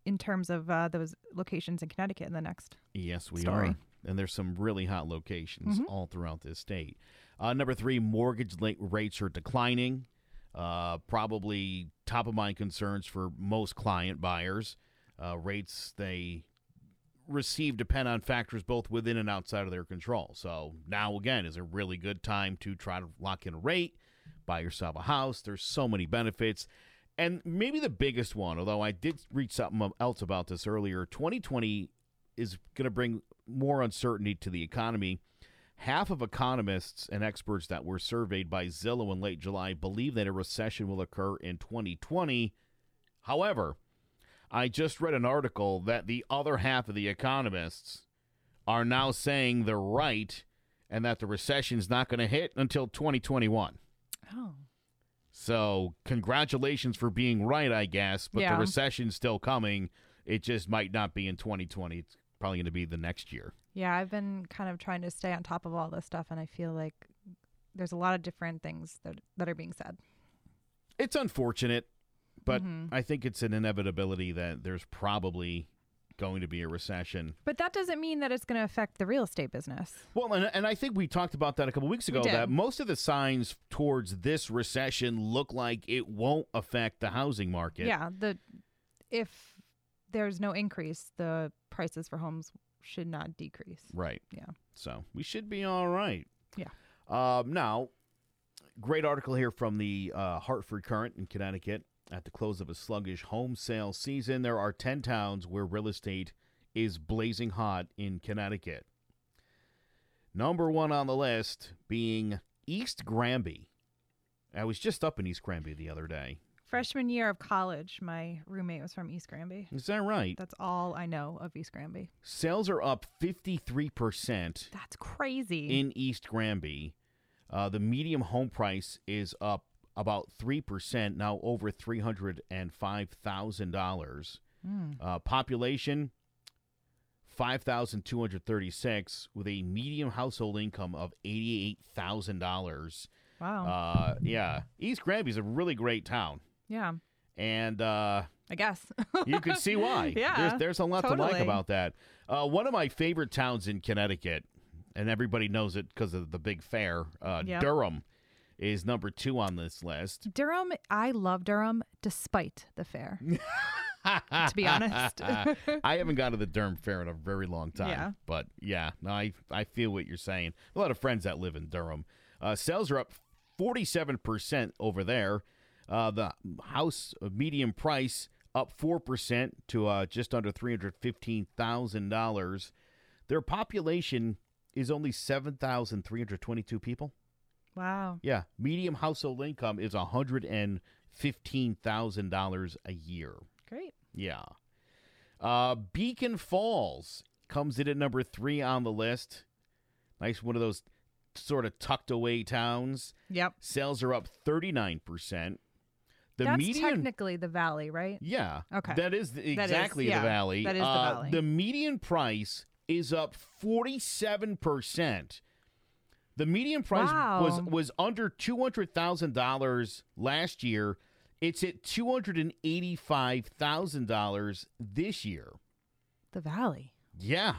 Speaker 2: in terms of uh, those locations in Connecticut in the next.
Speaker 1: yes, we
Speaker 2: Sorry.
Speaker 1: are. And there's some really hot locations all throughout this state. Uh, number three, mortgage late rates are declining. Uh, probably top of mind concerns for most client buyers. Uh, rates they receive depend on factors both within and outside of their control. So now again is a really good time to try to lock in a rate, buy yourself a house. There's so many benefits. And maybe the biggest one, although I did read something else about this earlier, 2020 is going to bring more uncertainty to the economy. Half of economists and experts that were surveyed by Zillow in late July believe that a recession will occur in 2020. However, I just read an article that the other half of the economists are now saying they're right and that the recession's not going to hit until 2021.
Speaker 2: Oh.
Speaker 1: So, congratulations for being right, I guess, but
Speaker 2: Yeah.
Speaker 1: the recession's still coming. It just might not be in 2020. It's probably going to be the next year.
Speaker 2: Yeah, I've been kind of trying to stay on top of all this stuff. And I feel like there's a lot of different things that, that are being said.
Speaker 1: It's unfortunate, but
Speaker 2: Mhm.
Speaker 1: I think it's an inevitability that there's probably going to be a recession.
Speaker 2: But that doesn't mean that it's going to affect the real estate business.
Speaker 1: Well, and, and I think we talked about that a couple weeks ago
Speaker 2: did.
Speaker 1: that most of the signs towards this recession look like it won't affect the housing market.
Speaker 2: Yeah, the if there's no increase, the prices for homes should not decrease.
Speaker 1: Right.
Speaker 2: Yeah.
Speaker 1: So we should be all right.
Speaker 2: Yeah.
Speaker 1: Um, now, great article here from the uh, Hartford Current in Connecticut. At the close of a sluggish home sale season, there are 10 towns where real estate is blazing hot in Connecticut. Number one on the list being East Granby. I was just up in East Granby the other day.
Speaker 2: Freshman year of college, my roommate was from East Granby.
Speaker 1: Is that right?
Speaker 2: That's all I know of East Granby.
Speaker 1: Sales are up 53%.
Speaker 2: That's crazy.
Speaker 1: in East Granby. Uh, the medium home price is up about 3%, now over $305,000.
Speaker 2: Mm.
Speaker 1: Uh, population, 5,236, with a medium household income of $88,000.
Speaker 2: Wow.
Speaker 1: Uh, yeah, East Granby is a really great town.
Speaker 2: yeah.
Speaker 1: And uh,
Speaker 2: I guess.
Speaker 1: you can see why.
Speaker 2: Yeah,
Speaker 1: There's, there's a lot to like
Speaker 2: totally.
Speaker 1: about that. Uh, one of my favorite towns in Connecticut, and everybody knows it because of the big fair, uh,
Speaker 2: Yep.
Speaker 1: Durham is number two on this list.
Speaker 2: Durham, I love Durham despite the fair. to be honest.
Speaker 1: I haven't gone to the Durham Fair in a very long time.
Speaker 2: Yeah.
Speaker 1: But yeah, no, I, I feel what you're saying. A lot of friends that live in Durham. Uh, sales are up 47% over there. Uh, the house medium price up 4% to uh, just under $315,000. Their population is only 7,322 people.
Speaker 2: Wow.
Speaker 1: Yeah, medium household income is $115,000 a year.
Speaker 2: Great.
Speaker 1: Yeah. Uh, Beacon Falls comes in at number three on the list. Nice one of those sort of tucked away towns.
Speaker 2: Yep.
Speaker 1: Sales are up 39%. The
Speaker 2: That's
Speaker 1: median.
Speaker 2: technically the valley, right?
Speaker 1: yeah.
Speaker 2: Okay.
Speaker 1: That is the- exactly
Speaker 2: yeah,
Speaker 1: the valley.
Speaker 2: that is the
Speaker 1: Uh,
Speaker 2: valley.
Speaker 1: The median price is up 47%. The median price was
Speaker 2: Wow.
Speaker 1: was under $200,000 last year. It's at $285,000 this year.
Speaker 2: The valley.
Speaker 1: Yeah.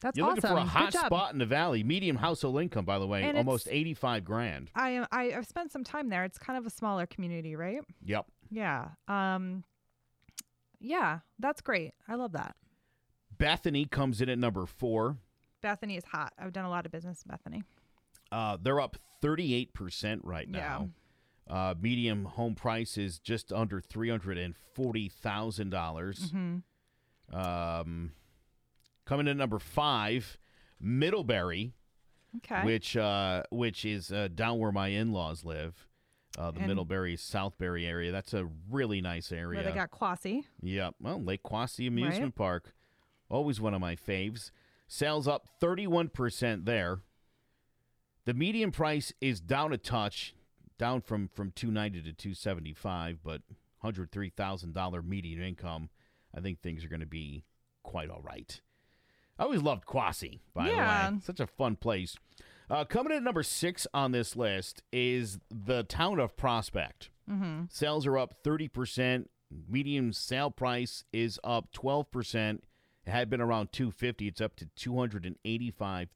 Speaker 2: That's
Speaker 1: You're
Speaker 2: awesome.
Speaker 1: looking for a hot
Speaker 2: Good job.
Speaker 1: spot in the valley. Medium household income, by the way,
Speaker 2: And
Speaker 1: almost
Speaker 2: it's-
Speaker 1: 85 grand.
Speaker 2: I am I, I've spent some time there. It's kind of a smaller community, right?
Speaker 1: Yep.
Speaker 2: Yeah. Um Yeah, that's great. I love that.
Speaker 1: Bethany comes in at number four.
Speaker 2: Bethany is hot. I've done a lot of business in Bethany.
Speaker 1: Uh, they're up 38% right
Speaker 2: Yeah.
Speaker 1: now. Uh, medium home price is just under $340,000. dollars
Speaker 2: Mhm.
Speaker 1: Um, coming in at number five, Middlebury,
Speaker 2: Okay.
Speaker 1: which uh, which is uh, down where my in laws live. Uh, the
Speaker 2: And-
Speaker 1: Middlebury, Southbury area. That's a really nice area.
Speaker 2: Where they got Quasi.
Speaker 1: Yeah, well, Lake Quasi Amusement Park, always one of my faves. Sales up 31% there. The median price is down a touch, down from from 290 to 275, but $103,000 median income. I think things are going to be quite all right. I always loved Quasi, by
Speaker 2: Yeah.
Speaker 1: the way. Such a fun place. Uh, coming in at number six on this list is the town of Prospect.
Speaker 2: Mm-hmm.
Speaker 1: Sales are up 30%. Medium sale price is up 12%. It had been around 250. It's up to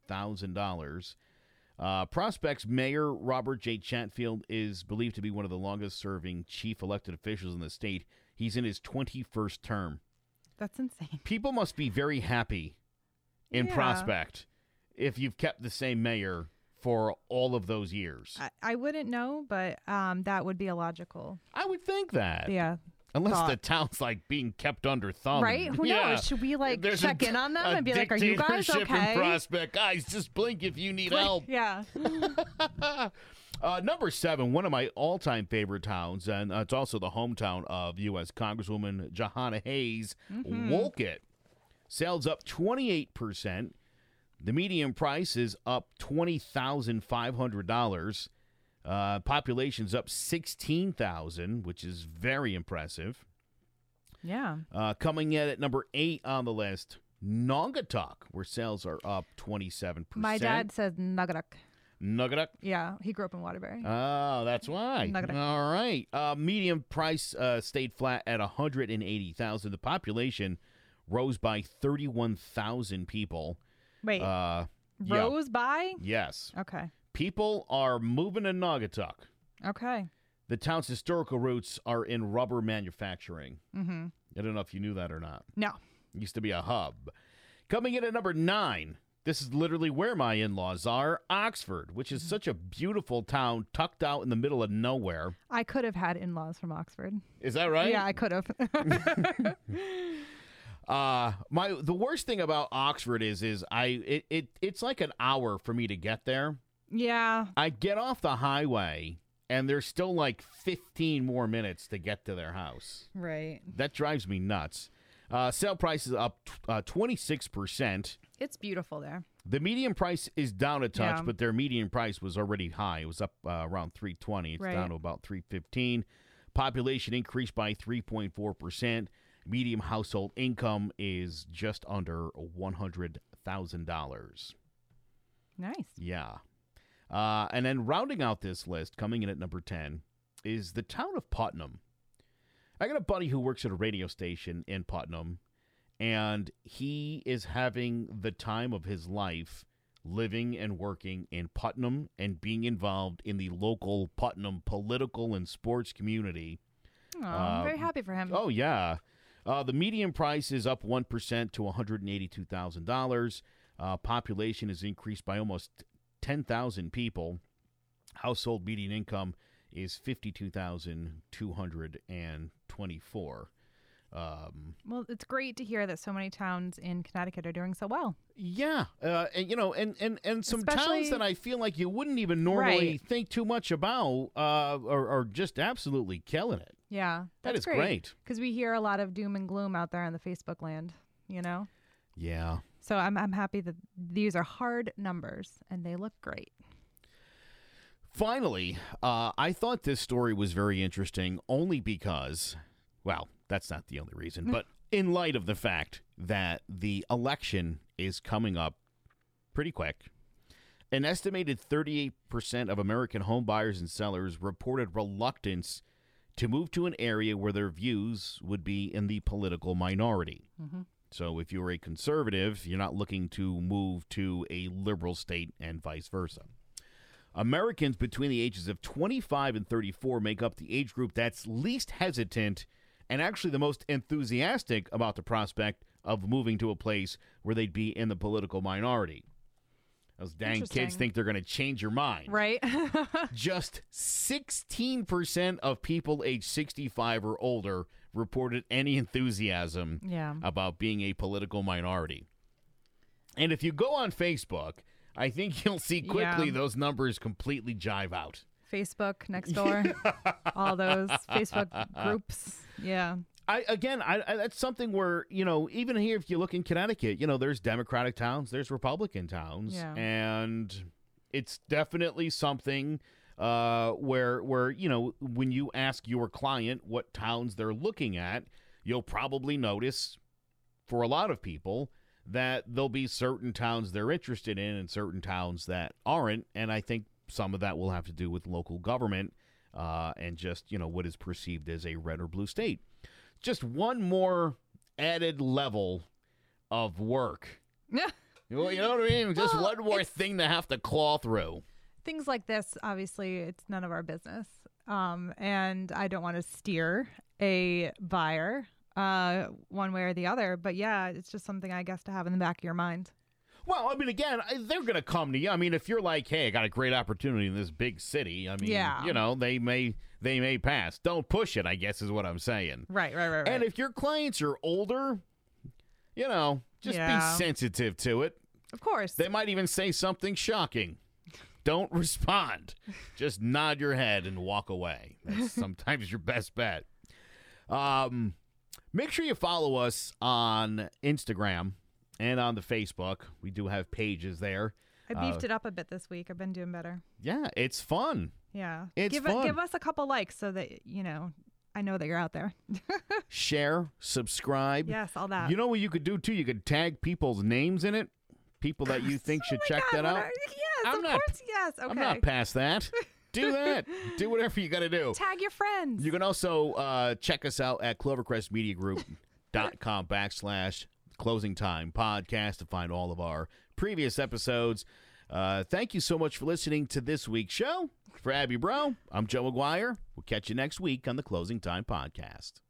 Speaker 1: $285,000. Uh, Prospects Mayor Robert J. Chatfield is believed to be one of the longest serving chief elected officials in the state. He's in his 21st term.
Speaker 2: That's insane.
Speaker 1: People must be very happy in
Speaker 2: Yeah.
Speaker 1: Prospect if you've kept the same mayor for all of those years. I,
Speaker 2: I, I wouldn't know, but um, that would be illogical.
Speaker 1: would think that.
Speaker 2: Yeah.
Speaker 1: Unless
Speaker 2: thought.
Speaker 1: the town's like being kept under thumb,
Speaker 2: Right? Who
Speaker 1: Um, Yeah.
Speaker 2: knows? Should we like
Speaker 1: There's a
Speaker 2: check
Speaker 1: di-
Speaker 2: in on them
Speaker 1: a
Speaker 2: and be like, "Are you guys
Speaker 1: dictatorship in
Speaker 2: okay?"
Speaker 1: prospect guys, just blink if you need help.
Speaker 2: Yeah.
Speaker 1: Uh, number seven, one of my all-time favorite towns, and uh, it's also the hometown of U.S. Congresswoman Johanna Hayes.
Speaker 2: Mm-hmm.
Speaker 1: Wolcott sales up twenty-eight percent. The median price is up twenty thousand five hundred dollars. Uh, population's up sixteen thousand, which is very impressive.
Speaker 2: Yeah.
Speaker 1: Uh, coming in at number eight on the list, Nongatuck, where sales are up 27%.
Speaker 2: My dad says Nugatuck.
Speaker 1: Nongatuck.
Speaker 2: Yeah. He grew up in Waterbury.
Speaker 1: Oh, that's why.
Speaker 2: Nongatuck.
Speaker 1: All right. Uh, medium price uh, stayed flat at 180,000. The population rose by 31,000 people.
Speaker 2: Wait.
Speaker 1: Uh, yeah.
Speaker 2: Rose by?
Speaker 1: Yes.
Speaker 2: Okay.
Speaker 1: People are moving to Nongatuck.
Speaker 2: Okay.
Speaker 1: The town's historical roots are in rubber manufacturing.
Speaker 2: Mhm.
Speaker 1: I don't know if you knew that or not.
Speaker 2: No.
Speaker 1: used to be a hub. Coming in at number nine, this is literally where my in laws are Oxford, which is such a beautiful town tucked out in the middle of nowhere.
Speaker 2: I could have had in laws from Oxford.
Speaker 1: Is that right?
Speaker 2: Yeah, I could have.
Speaker 1: Uh, my the worst thing about Oxford is is I it, it it's like an hour for me to get there.
Speaker 2: yeah.
Speaker 1: I get off the highway and there's still like 15 more minutes to get to their house.
Speaker 2: Right.
Speaker 1: That drives me nuts. Uh, sale price is up t- uh, 26%.
Speaker 2: It's beautiful there.
Speaker 1: The median price is down a touch,
Speaker 2: Yeah.
Speaker 1: but their median price was already high. It was up uh, around 320. It's
Speaker 2: Right.
Speaker 1: down to about 315. Population increased by 3.4%. Medium household income is just under $100,000.
Speaker 2: Nice.
Speaker 1: Yeah. Uh, and then rounding out this list, coming in at number 10, is the town of Putnam. I I got a buddy who works at a radio station in Putnam, and he is having the time of his life living and working in Putnam and being involved in the local Putnam political and sports community.
Speaker 2: Oh, I'm very
Speaker 1: Uh,
Speaker 2: happy for him.
Speaker 1: Oh yeah, uh, the median price is up one percent to one hundred and eighty-two thousand uh, dollars. Population is increased by almost ten thousand people. Household median income is fifty-two thousand two hundred and twenty-four. Um,
Speaker 2: Well, it's great to hear that so many towns in Connecticut are doing so well.
Speaker 1: yeah, uh, and you know, and and and some towns
Speaker 2: Especially-
Speaker 1: that I feel like you wouldn't even normally
Speaker 2: Right.
Speaker 1: think too much about uh, are, are just absolutely killing it.
Speaker 2: Yeah,
Speaker 1: That
Speaker 2: that's
Speaker 1: is great.
Speaker 2: because we hear a lot of doom and gloom out there on the Facebook land. You know,
Speaker 1: Yeah.
Speaker 2: so I'm I'm happy that these are hard numbers and they look great.
Speaker 1: Finally, uh, I thought this story was very interesting only because, well, that's not the only reason, but in light of the fact that the election is coming up pretty quick, an estimated 38% of American home buyers and sellers reported reluctance to move to an area where their views would be in the political minority. So if you're a conservative, you're not looking to move to a liberal state and vice versa. Americans between the ages of 25 and 34 make up the age group that's least hesitant and actually the most enthusiastic about the prospect of moving to a place where they'd be in the political minority. Those dang kids
Speaker 2: Interesting.
Speaker 1: think they're going to change your mind.
Speaker 2: Right?
Speaker 1: Just 16% of people age 65 or older reported any enthusiasm
Speaker 2: yeah.
Speaker 1: about being a political minority. And if you go on Facebook, I think you'll see quickly
Speaker 2: Yeah.
Speaker 1: those numbers completely jive out.
Speaker 2: Facebook next door, all those Facebook groups. Yeah.
Speaker 1: I again, I, I that's something where you know, even here, if you look in Connecticut, you know, there's Democratic towns, there's Republican towns,
Speaker 2: Yeah.
Speaker 1: and it's definitely something uh, where where you know, when you ask your client what towns they're looking at, you'll probably notice for a lot of people that there'll be certain towns they're interested in and certain towns that aren't. And I think some of that will have to do with local government uh, and just, you know, what is perceived as a red or blue state. Just one more added level of work. You know you know what I mean? Just
Speaker 2: Well,
Speaker 1: one more thing to have to claw through.
Speaker 2: Things like this, obviously, it's none of our business. Um, and I don't want to steer a buyer uh, one way or the other. But yeah, it's just something I guess to have in the back of your mind.
Speaker 1: Well, I mean, again, I- they're going to come to you. I mean, if you're like, "Hey, I got a great opportunity in this big city," I mean,
Speaker 2: Yeah.
Speaker 1: you know, they may they may pass. Don't push it. I guess is what I'm saying.
Speaker 2: Right, right, right,
Speaker 1: And if your clients are older, you know, just
Speaker 2: Yeah.
Speaker 1: be sensitive to it.
Speaker 2: of course.
Speaker 1: They might even say something shocking. Don't respond. Just nod your head and walk away. That's sometimes your best bet. Um, make sure you follow us on Instagram and on the Facebook. We do have pages there.
Speaker 2: I
Speaker 1: Uh,
Speaker 2: beefed it up a bit this week. I've been doing better.
Speaker 1: Yeah, it's fun.
Speaker 2: Yeah.
Speaker 1: It's
Speaker 2: give,
Speaker 1: fun.
Speaker 2: give us a couple likes so that, you know, I know that you're out there.
Speaker 1: Share, subscribe.
Speaker 2: yes, all that.
Speaker 1: You know what you could do too? You could tag people's names in it. People that you think
Speaker 2: Oh
Speaker 1: should
Speaker 2: my
Speaker 1: check
Speaker 2: God,
Speaker 1: that out.
Speaker 2: what are- yes,
Speaker 1: I'm
Speaker 2: of
Speaker 1: not-
Speaker 2: course. Yes. Okay.
Speaker 1: I'm not past that. Do that. do whatever you got to do.
Speaker 2: Tag your friends.
Speaker 1: You can also uh, check us out at clovercrestmediagroup.com backslash closing time podcast to find all of our previous episodes. Uh, thank you so much for listening to this week's show. For Abby Bro, I'm Joe McGuire. We'll catch you next week on the Closing Time Podcast.